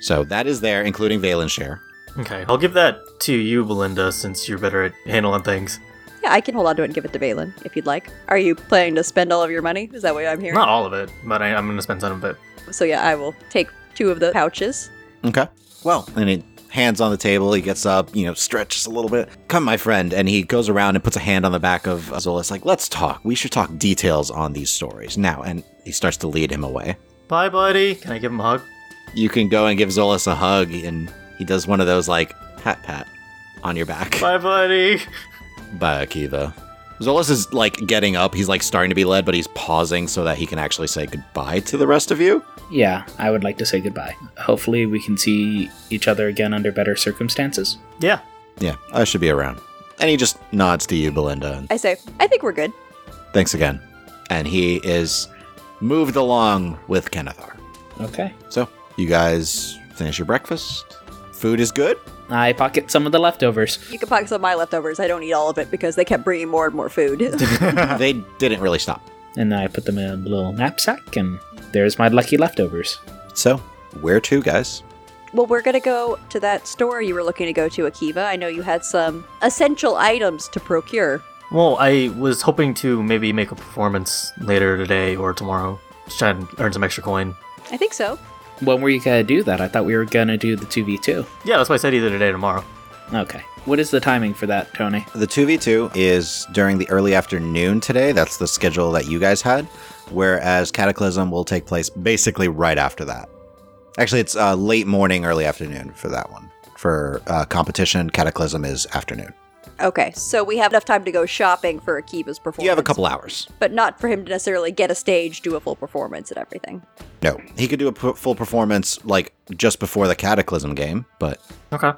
Speaker 1: So that is there, including Valen's share.
Speaker 6: Okay, I'll give that to you, Belinda, since you're better at handling things.
Speaker 2: Yeah, I can hold on to it and give it to Balin if you'd like. Are you planning to spend all of your money? Is that what I'm hearing?
Speaker 6: Not all of it, but I, I'm going to spend some of it.
Speaker 2: So yeah, I will take two of the pouches.
Speaker 1: Okay. Well, and he hands on the table. He gets up, you know, stretches a little bit. Come, my friend. And he goes around and puts a hand on the back of Azolas, like, let's talk. We should talk details on these stories now. And he starts to lead him away.
Speaker 6: Bye, buddy. Can I give him a hug?
Speaker 1: You can go and give Zolas a hug, and he does one of those, like, pat pat on your back.
Speaker 6: Bye, buddy.
Speaker 1: Bye, Akiva. Zolas is, like, getting up. He's, like, starting to be led, but he's pausing so that he can actually say goodbye to the rest of you.
Speaker 4: Yeah, I would like to say goodbye. Hopefully, we can see each other again under better circumstances.
Speaker 6: Yeah.
Speaker 1: Yeah, I should be around. And he just nods to you, Belinda, and
Speaker 2: I say, I think we're good.
Speaker 1: Thanks again. And he is moved along with Kenethar.
Speaker 4: Okay.
Speaker 1: So, you guys finish your breakfast. Food is good.
Speaker 4: I pocket some of the leftovers.
Speaker 2: You can pocket some of my leftovers. I don't eat all of it because they kept bringing more and more food.
Speaker 1: they didn't really stop.
Speaker 4: And I put them in a little knapsack, and there's my lucky leftovers.
Speaker 1: So, where to, guys?
Speaker 2: well, we're gonna go to that store you were looking to go to, Akiva. I know you had some essential items to procure.
Speaker 6: Well, I was hoping to maybe make a performance later today or tomorrow. Just try and earn some extra coin.
Speaker 2: I think so.
Speaker 4: When were you gonna do that? I thought we were gonna do the 2v2.
Speaker 6: Yeah, that's why I said either today or tomorrow.
Speaker 4: Okay. What is the timing for that, Tony?
Speaker 1: The 2v2 is during the early afternoon today. That's the schedule that you guys had. Whereas Cataclysm will take place basically right after that. Actually, it's uh, late morning, early afternoon for that one. For uh, competition, Cataclysm is afternoon.
Speaker 2: Okay, so we have enough time to go shopping for Akiva's performance.
Speaker 1: You have a couple hours.
Speaker 2: but not for him to necessarily get a stage, do a full performance, and everything.
Speaker 1: No, he could do a p- full performance like just before the Cataclysm game, but
Speaker 6: Okay.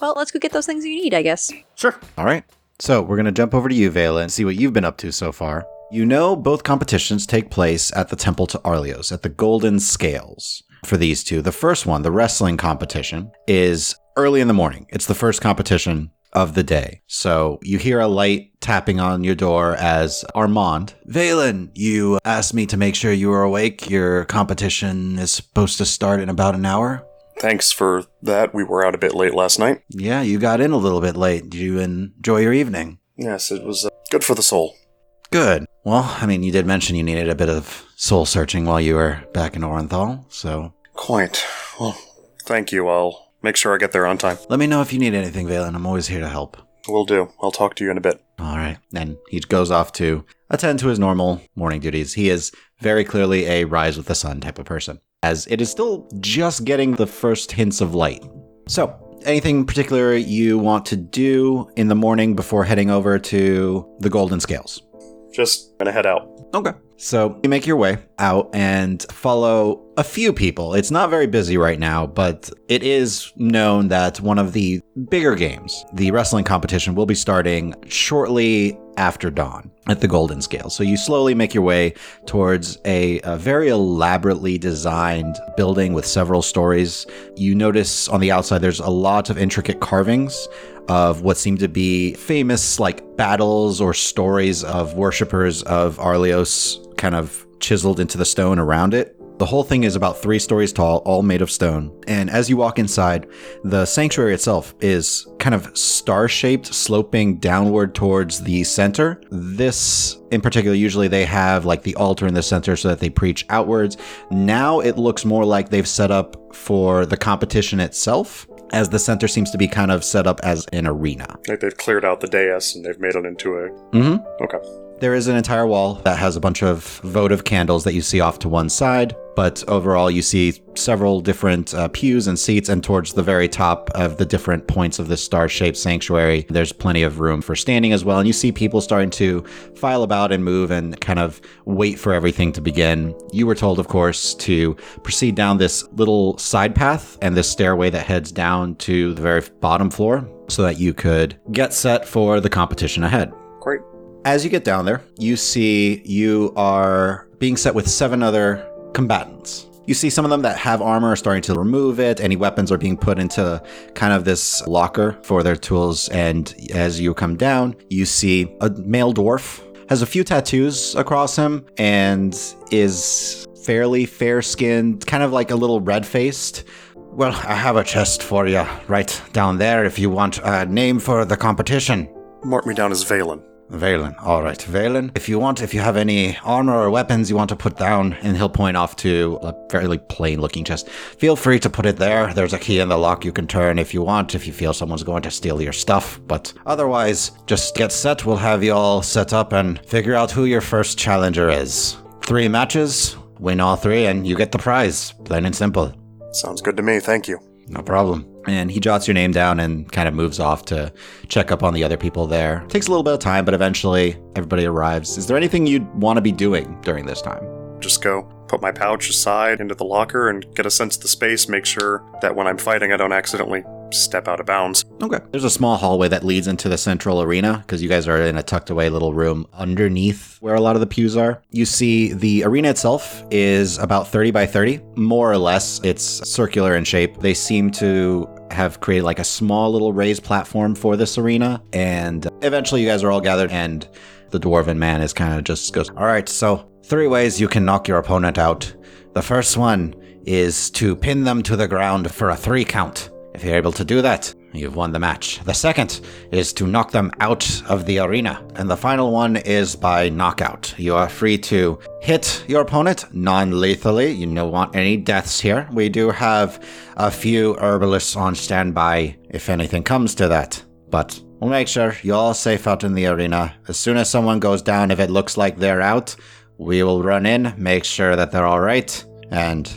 Speaker 2: Well, let's go get those things you need, I guess.
Speaker 6: Sure.
Speaker 1: All right. So we're going to jump over to you, Vela, and see what you've been up to so far. You know, both competitions take place at the Temple to Arlios, at the Golden Scales for these two. The first one, the wrestling competition, is early in the morning. It's the first competition of the day. So you hear a light tapping on your door as Armand. Valen, you asked me to make sure you were awake. Your competition is supposed to start in about an hour.
Speaker 5: Thanks for that. We were out a bit late last night.
Speaker 1: Yeah, you got in a little bit late. Did you enjoy your evening?
Speaker 5: Yes, it was uh, good for the soul.
Speaker 1: Good. Well, I mean, you did mention you needed a bit of soul searching while you were back in Orenthal, so
Speaker 5: Quite. Well, thank you. I'll make sure I get there on time.
Speaker 1: let me know if you need anything, Valen. I'm always here to help.
Speaker 5: Will do. I'll talk to you in a bit.
Speaker 1: All right. And he goes off to attend to his normal morning duties. He is very clearly a rise with the sun type of person, as it is still just getting the first hints of light. So, anything particular you want to do in the morning before heading over to the Golden Scales?
Speaker 5: Just gonna head out.
Speaker 1: Okay. So you make your way out and follow a few people. It's not very busy right now, but it is known that one of the bigger games, the wrestling competition, will be starting shortly after dawn at the Golden Scale. So you slowly make your way towards a, a very elaborately designed building with several stories. You notice on the outside there's a lot of intricate carvings of what seem to be famous like battles or stories of worshippers of Arlios kind of chiseled into the stone around it. The whole thing is about three stories tall, all made of stone. And as you walk inside, the sanctuary itself is kind of star shaped, sloping downward towards the center. This, in particular, usually they have like the altar in the center so that they preach outwards. Now it looks more like they've set up for the competition itself, as the center seems to be kind of set up as an arena.
Speaker 5: Like they've cleared out the dais and they've made it into a.
Speaker 1: Mm-hmm.
Speaker 5: Okay.
Speaker 1: There is an entire wall that has a bunch of votive candles that you see off to one side, but overall you see several different uh, pews and seats, and towards the very top of the different points of this star shaped sanctuary, there's plenty of room for standing as well. And you see people starting to file about and move and kind of wait for everything to begin. You were told, of course, to proceed down this little side path and this stairway that heads down to the very bottom floor so that you could get set for the competition ahead.
Speaker 10: Great.
Speaker 1: As you get down there, you see you are being set with seven other combatants. You see some of them that have armor are starting to remove it. Any weapons are being put into kind of this locker for their tools. And as you come down, you see a male dwarf has a few tattoos across him and is fairly fair skinned, kind of like a little red faced.
Speaker 11: Well, I have a chest for you right down there if you want a name for the competition.
Speaker 5: Mark me down as Valen.
Speaker 11: Valen. All right, Valen. If you want, if you have any armor or weapons you want to put down,
Speaker 1: And he'll point off to a fairly plain looking chest. Feel free to put it there. There's a key in the lock you can turn if you want, if you feel someone's going to steal your stuff. But
Speaker 11: otherwise, just get set. We'll have you all set up and figure out who your first challenger is. Three matches, win all three, and you get the prize. Plain and simple.
Speaker 5: Sounds good to me, thank you.
Speaker 11: No problem.
Speaker 1: And he jots your name down and kind of moves off to check up on the other people there. Takes a little bit of time, but eventually everybody arrives. Is there anything you'd want to be doing during this time?
Speaker 5: Just go put my pouch aside into the locker and get a sense of the space, make sure that when I'm fighting, I don't accidentally step out of bounds.
Speaker 1: Okay. There's a small hallway that leads into the central arena because you guys are in a tucked away little room underneath where a lot of the pews are. You see the arena itself is about 30 by 30, more or less. It's circular in shape. They seem to have created like a small little raised platform for this arena. And eventually you guys are all gathered and the dwarven man is kind of just goes,
Speaker 11: All right, so three ways you can knock your opponent out. The first one is to pin them to the ground for a three count. If you're able to do that, you've won the match. The second is to knock them out of the arena. And the final one is by knockout. You are free to hit your opponent non lethally. You don't want any deaths here. We do have a few herbalists on standby if anything comes to that. But we'll make sure you're all safe out in the arena. As soon as someone goes down, if it looks like they're out, we will run in, make sure that they're all right, and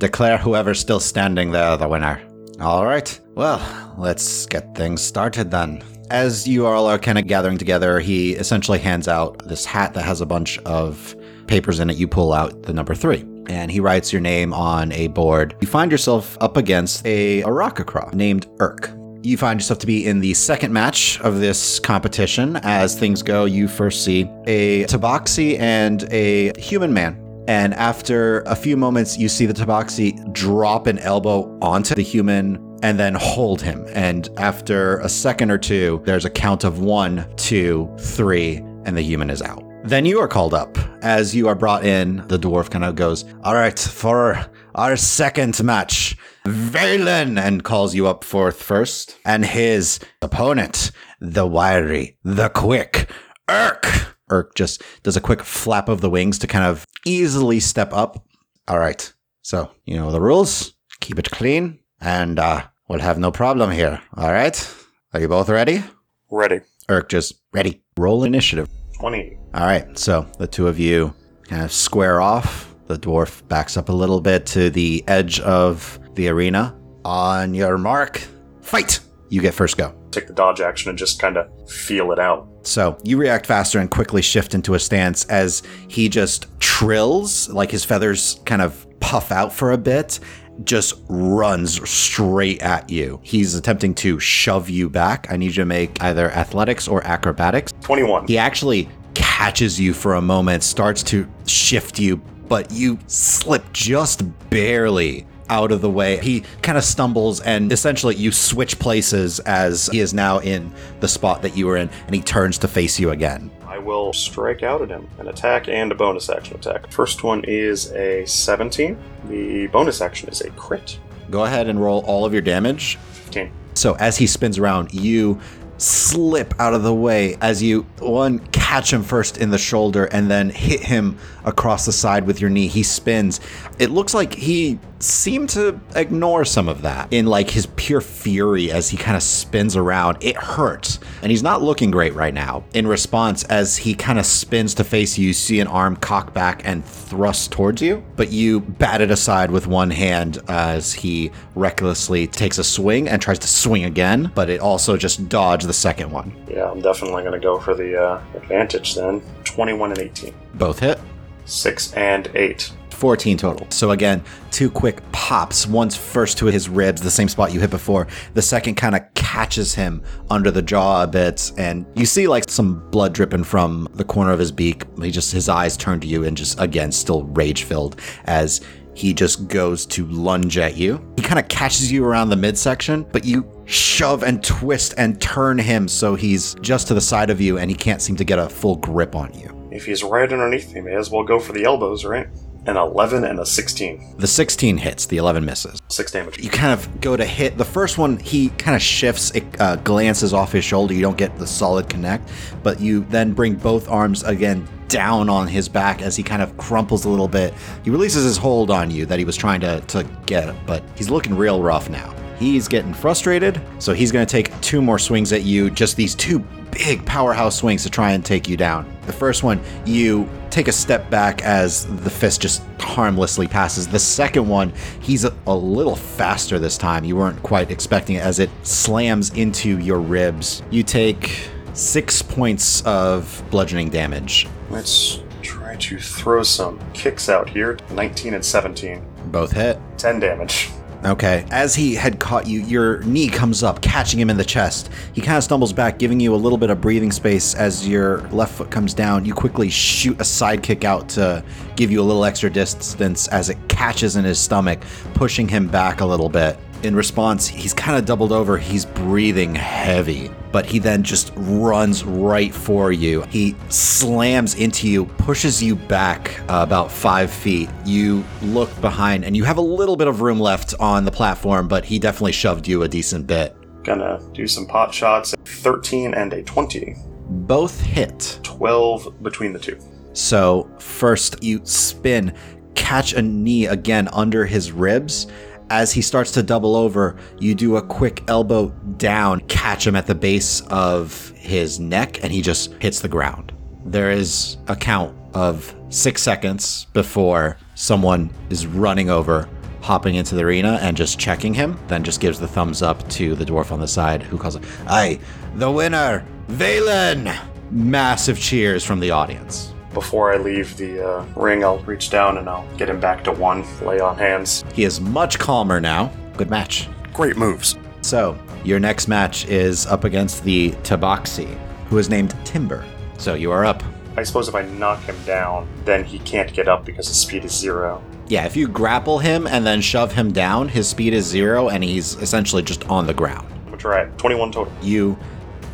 Speaker 11: declare whoever's still standing there the winner. All right. Well, let's get things started then.
Speaker 1: As you all are kind of gathering together, he essentially hands out this hat that has a bunch of papers in it. You pull out the number three, and he writes your name on a board. You find yourself up against a Arakakra named Urk. You find yourself to be in the second match of this competition. As things go, you first see a Tabaxi and a human man. And after a few moments, you see the Tabaxi drop an elbow onto the human and then hold him. And after a second or two, there's a count of one, two, three, and the human is out. Then you are called up. As you are brought in, the dwarf kind of goes,
Speaker 11: All right, for our second match, Valen, and calls you up forth first, and his opponent, the wiry, the quick, Urk.
Speaker 1: Urk just does a quick flap of the wings to kind of easily step up.
Speaker 11: All right, so you know the rules. Keep it clean, and uh, we'll have no problem here. All right, are you both ready?
Speaker 5: Ready.
Speaker 1: Urk just ready. Roll initiative.
Speaker 5: 20.
Speaker 1: All right, so the two of you kind of square off. The dwarf backs up a little bit to the edge of the arena.
Speaker 11: On your mark, fight.
Speaker 1: You get first go.
Speaker 5: Take the dodge action and just kind of feel it out.
Speaker 1: So you react faster and quickly shift into a stance as he just trills, like his feathers kind of puff out for a bit, just runs straight at you. He's attempting to shove you back. I need you to make either athletics or acrobatics.
Speaker 5: 21.
Speaker 1: He actually catches you for a moment, starts to shift you, but you slip just barely out of the way. He kind of stumbles and essentially you switch places as he is now in the spot that you were in and he turns to face you again.
Speaker 5: I will strike out at him. An attack and a bonus action attack. First one is a 17. The bonus action is a crit.
Speaker 1: Go ahead and roll all of your damage
Speaker 5: 15.
Speaker 1: So as he spins around, you slip out of the way as you one catch him first in the shoulder and then hit him across the side with your knee. He spins. It looks like he seemed to ignore some of that in like his pure fury as he kind of spins around. It hurts, and he's not looking great right now. In response, as he kind of spins to face you, you see an arm cock back and thrust towards you, but you bat it aside with one hand as he recklessly takes a swing and tries to swing again, but it also just dodged the second one.
Speaker 5: Yeah, I'm definitely going to go for the uh, advantage then. 21 and 18.
Speaker 1: Both hit.
Speaker 5: 6 and 8.
Speaker 1: 14 total. So again, two quick pops. One's first to his ribs, the same spot you hit before. The second kind of catches him under the jaw a bit, and you see like some blood dripping from the corner of his beak. He just his eyes turn to you and just again still rage filled as he just goes to lunge at you. He kind of catches you around the midsection, but you shove and twist and turn him so he's just to the side of you and he can't seem to get a full grip on you.
Speaker 5: If he's right underneath me, may as well go for the elbows, right? An 11 and a 16.
Speaker 1: The 16 hits, the 11 misses.
Speaker 5: 6 damage.
Speaker 1: You kind of go to hit. The first one, he kind of shifts, it uh, glances off his shoulder. You don't get the solid connect, but you then bring both arms again down on his back as he kind of crumples a little bit. He releases his hold on you that he was trying to, to get, but he's looking real rough now. He's getting frustrated, so he's going to take two more swings at you, just these two big powerhouse swings to try and take you down. The first one, you take a step back as the fist just harmlessly passes. The second one, he's a, a little faster this time. You weren't quite expecting it as it slams into your ribs. You take six points of bludgeoning damage.
Speaker 5: Let's try to throw some kicks out here. 19 and 17.
Speaker 1: Both hit.
Speaker 5: 10 damage.
Speaker 1: Okay. As he had caught you, your knee comes up, catching him in the chest. He kind of stumbles back, giving you a little bit of breathing space as your left foot comes down. You quickly shoot a side kick out to give you a little extra distance as it catches in his stomach, pushing him back a little bit. In response, he's kind of doubled over. He's breathing heavy, but he then just runs right for you. He slams into you, pushes you back uh, about five feet. You look behind, and you have a little bit of room left on the platform, but he definitely shoved you a decent bit.
Speaker 5: Gonna do some pot shots. 13 and a 20.
Speaker 1: Both hit.
Speaker 5: 12 between the two.
Speaker 1: So, first, you spin, catch a knee again under his ribs. As he starts to double over, you do a quick elbow down, catch him at the base of his neck, and he just hits the ground. There is a count of six seconds before someone is running over, hopping into the arena, and just checking him. Then just gives the thumbs up to the dwarf on the side who calls it, Aye, the winner, Valen! Massive cheers from the audience.
Speaker 5: Before I leave the uh, ring, I'll reach down and I'll get him back to one, lay on hands.
Speaker 1: He is much calmer now. Good match.
Speaker 5: Great moves.
Speaker 1: So, your next match is up against the Tabaxi, who is named Timber. So, you are up.
Speaker 5: I suppose if I knock him down, then he can't get up because his speed is zero.
Speaker 1: Yeah, if you grapple him and then shove him down, his speed is zero and he's essentially just on the ground.
Speaker 5: Which are at 21 total.
Speaker 1: You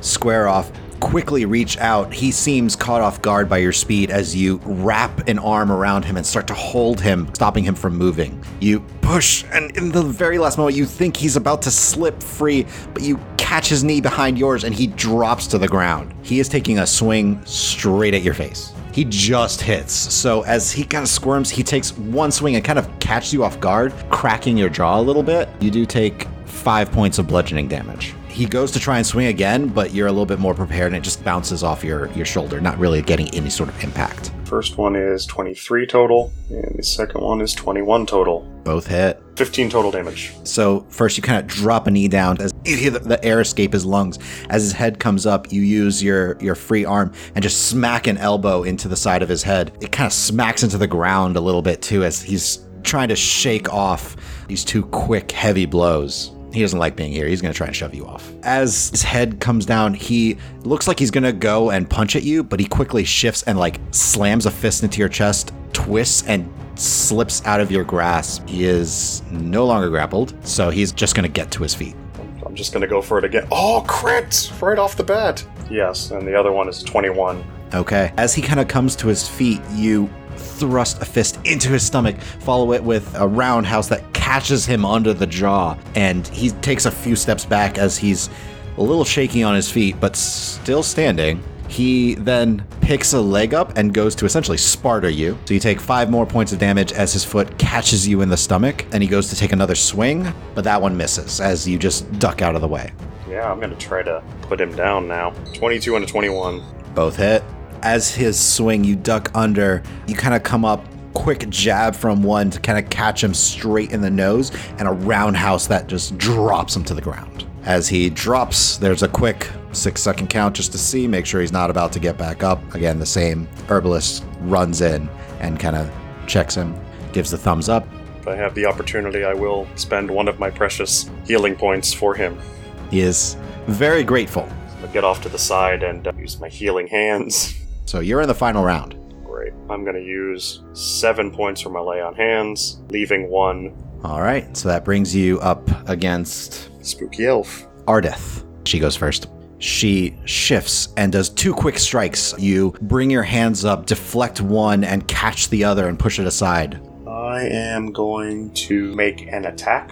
Speaker 1: square off, quickly reach out. He seems caught off guard by your speed as you wrap an arm around him and start to hold him, stopping him from moving. You push, and in the very last moment, you think he's about to slip free, but you catch his knee behind yours and he drops to the ground. He is taking a swing straight at your face. He just hits. So as he kind of squirms, he takes one swing and kind of catches you off guard, cracking your jaw a little bit. You do take five points of bludgeoning damage he goes to try and swing again, but you're a little bit more prepared and it just bounces off your, your shoulder, not really getting any sort of impact.
Speaker 5: First one is 23 total, and the second one is 21 total.
Speaker 1: Both hit.
Speaker 5: 15 total damage.
Speaker 1: So, first you kind of drop a knee down as you hear the, the air escape his lungs. As his head comes up, you use your, your free arm and just smack an elbow into the side of his head. It kind of smacks into the ground a little bit too as he's trying to shake off these two quick, heavy blows. He doesn't like being here. He's going to try and shove you off. As his head comes down, he looks like he's going to go and punch at you, but he quickly shifts and like slams a fist into your chest, twists and slips out of your grasp. He is no longer grappled, so he's just going to get to his feet.
Speaker 5: I'm just going to go for it again. Oh, crit! Right off the bat. Yes, and the other one is 21.
Speaker 1: Okay. As he kind of comes to his feet, you thrust a fist into his stomach, follow it with a roundhouse that catches him under the jaw, and he takes a few steps back as he's a little shaky on his feet, but still standing. He then picks a leg up and goes to essentially Sparta you. So you take five more points of damage as his foot catches you in the stomach, and he goes to take another swing, but that one misses as you just duck out of the way.
Speaker 5: Yeah, I'm going to try to put him down now. 22 and a 21.
Speaker 1: Both hit. As his swing, you duck under, you kind of come up, quick jab from one to kind of catch him straight in the nose, and a roundhouse that just drops him to the ground. As he drops, there's a quick six second count just to see, make sure he's not about to get back up. Again, the same herbalist runs in and kind of checks him, gives the thumbs up.
Speaker 5: If I have the opportunity, I will spend one of my precious healing points for him.
Speaker 1: He is very grateful.
Speaker 5: I'm gonna get off to the side and uh, use my healing hands.
Speaker 1: So you're in the final round.
Speaker 5: Great. I'm gonna use seven points for my lay on hands, leaving one
Speaker 1: All right, so that brings you up against
Speaker 5: spooky elf.
Speaker 1: Ardeth. She goes first. She shifts and does two quick strikes. You bring your hands up, deflect one, and catch the other and push it aside.
Speaker 5: I am going to make an attack.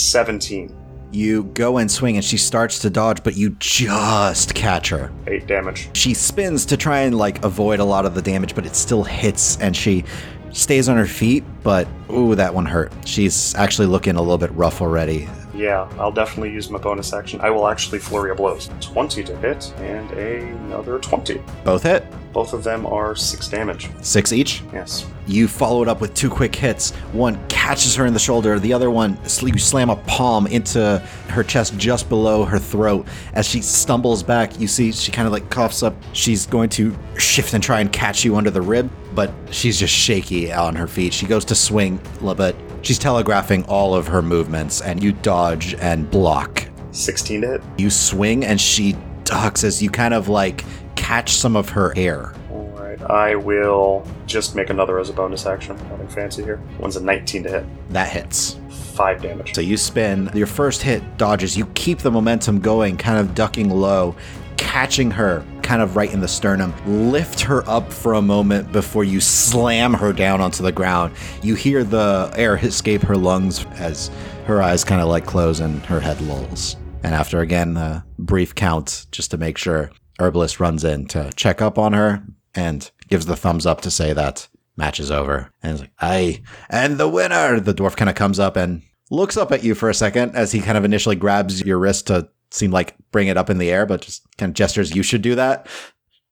Speaker 5: 17.
Speaker 1: You go and swing, and she starts to dodge, but you just catch her.
Speaker 5: 8 damage.
Speaker 1: She spins to try and like avoid a lot of the damage, but it still hits, and she stays on her feet. But ooh, that one hurt. She's actually looking a little bit rough already.
Speaker 5: Yeah, I'll definitely use my bonus action. I will actually flurry of blows. 20 to hit, and another 20.
Speaker 1: Both hit,
Speaker 5: Both of them are 6 damage.
Speaker 1: six each.
Speaker 5: Yes.
Speaker 1: You follow it up with two quick hits. One catches her in the shoulder, the other one, sl- you slam a palm into her chest just below her throat. As she stumbles back, you see she kind of like coughs up. She's going to shift and try and catch you under the rib, but she's just shaky on her feet. She goes to swing a little bit. She's telegraphing all of her movements, and you dodge and block
Speaker 5: 16 to hit.
Speaker 1: you swing and she ducks as you kind of like catch some of her hair.
Speaker 5: Alright, I will just make another as a bonus action. Nothing fancy here. One's a 19 to hit.
Speaker 1: That hits.
Speaker 5: 5 damage.
Speaker 1: So you spin, your first hit dodges, you keep the momentum going, kind of ducking low, catching her kind of right in the sternum, lift her up for a moment before you slam her down onto the ground. You hear the air escape her lungs as her eyes kind of like close and her head lolls. And after again a brief count just to make sure, Herbalist runs in to check up on her and gives the thumbs up to say that match is over. And he's like, aye. And the winner! The dwarf kind of comes up and looks up at you for a second as he kind of initially grabs your wrist to seem like bring it up in the air, but just kind of gestures, you should do that.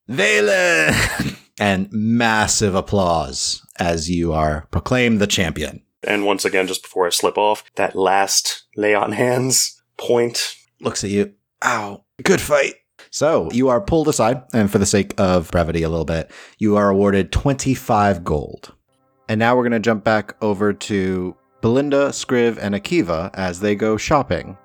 Speaker 1: Valen! and massive applause as you are proclaimed the champion.
Speaker 5: And once again, just before I slip off, that last lay on hands point.
Speaker 1: Looks at you. Ow, good fight. So you are pulled aside, and for the sake of brevity a little bit, you are awarded 25 gold. And now we're going to jump back over to Belinda, Scriv, and Akiva as they go shopping.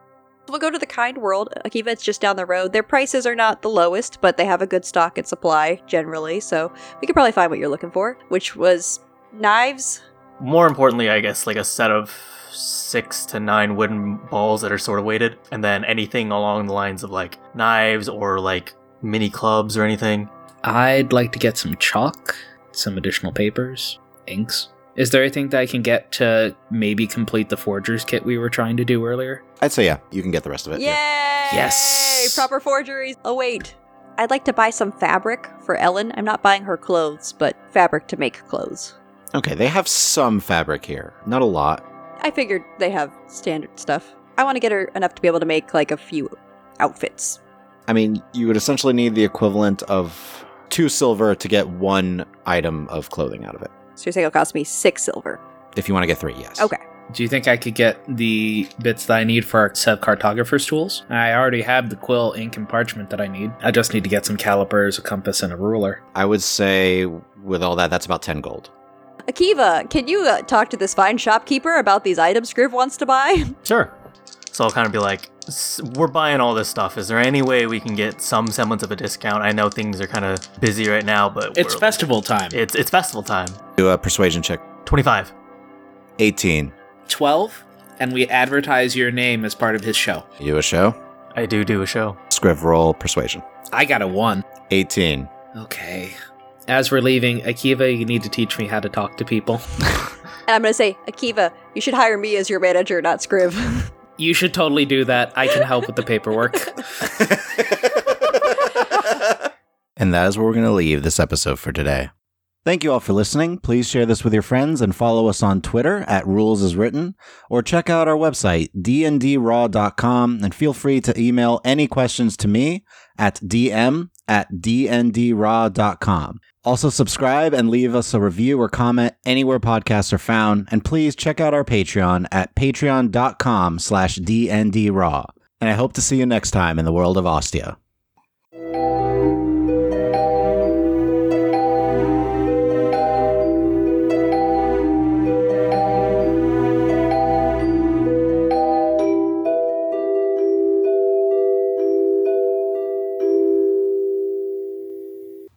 Speaker 2: We'll go to the Kind World. Akiva, it's just down the road. Their prices are not the lowest, but they have a good stock and supply generally, so we could probably find what you're looking for, which was knives.
Speaker 6: More importantly, I guess, like a set of six to nine wooden balls that are sort of weighted, and then anything along the lines of like knives or like mini clubs or anything.
Speaker 4: I'd like to get some chalk, some additional papers, inks. Is there anything that I can get to maybe complete the forger's kit we were trying to do earlier?
Speaker 1: I'd say, yeah, you can get the rest of
Speaker 2: Yay!
Speaker 1: it.
Speaker 4: Yes.
Speaker 2: Proper forgeries. Oh wait. I'd like to buy some fabric for Ellen. I'm not buying her clothes, but fabric to make clothes.
Speaker 1: Okay, they have some fabric here. Not a lot.
Speaker 2: I figured they have standard stuff. I want to get her enough to be able to make like a few outfits.
Speaker 1: I mean, you would essentially need the equivalent of two silver to get one item of clothing out of it.
Speaker 2: So you're saying it'll cost me six silver.
Speaker 1: If you want to get three, yes.
Speaker 2: Okay.
Speaker 4: Do you think I could get the bits that I need for our set of cartographer's tools? I already have the quill, ink, and parchment that I need. I just need to get some calipers, a compass, and a ruler.
Speaker 1: I would say with all that, that's about 10 gold.
Speaker 2: Akiva, can you uh, talk to this fine shopkeeper about these items Griv wants to buy?
Speaker 6: Sure. So I'll kind of be like, "S- we're buying all this stuff. Is there any way we can get some semblance of a discount? I know things are kind of busy right now, but
Speaker 4: It's
Speaker 6: we're-
Speaker 4: festival time.
Speaker 6: It's it's festival time.
Speaker 1: Do a persuasion check.
Speaker 6: Twenty five.
Speaker 1: 18.
Speaker 4: 12, and we advertise your name as part of his show.
Speaker 1: You a show?
Speaker 6: I do do a show.
Speaker 1: Scriv roll persuasion.
Speaker 4: I got a 1.
Speaker 1: 18.
Speaker 4: Okay. As we're leaving, Akiva, you need to teach me how to talk to people.
Speaker 2: And I'm going to say, Akiva, you should hire me as your manager, not Scriv.
Speaker 4: You should totally do that. I can help with the paperwork.
Speaker 1: And that is where we're going to leave this episode for today. Thank you all for listening. Please share this with your friends and follow us on Twitter at Rules Is Written, or check out our website, dndraw.com, and feel free to email any questions to me at dm at dndraw.com. Also, subscribe and leave us a review or comment anywhere podcasts are found, and please check out our Patreon at patreon.com slash dndraw. And I hope to see you next time in the world of Ostia.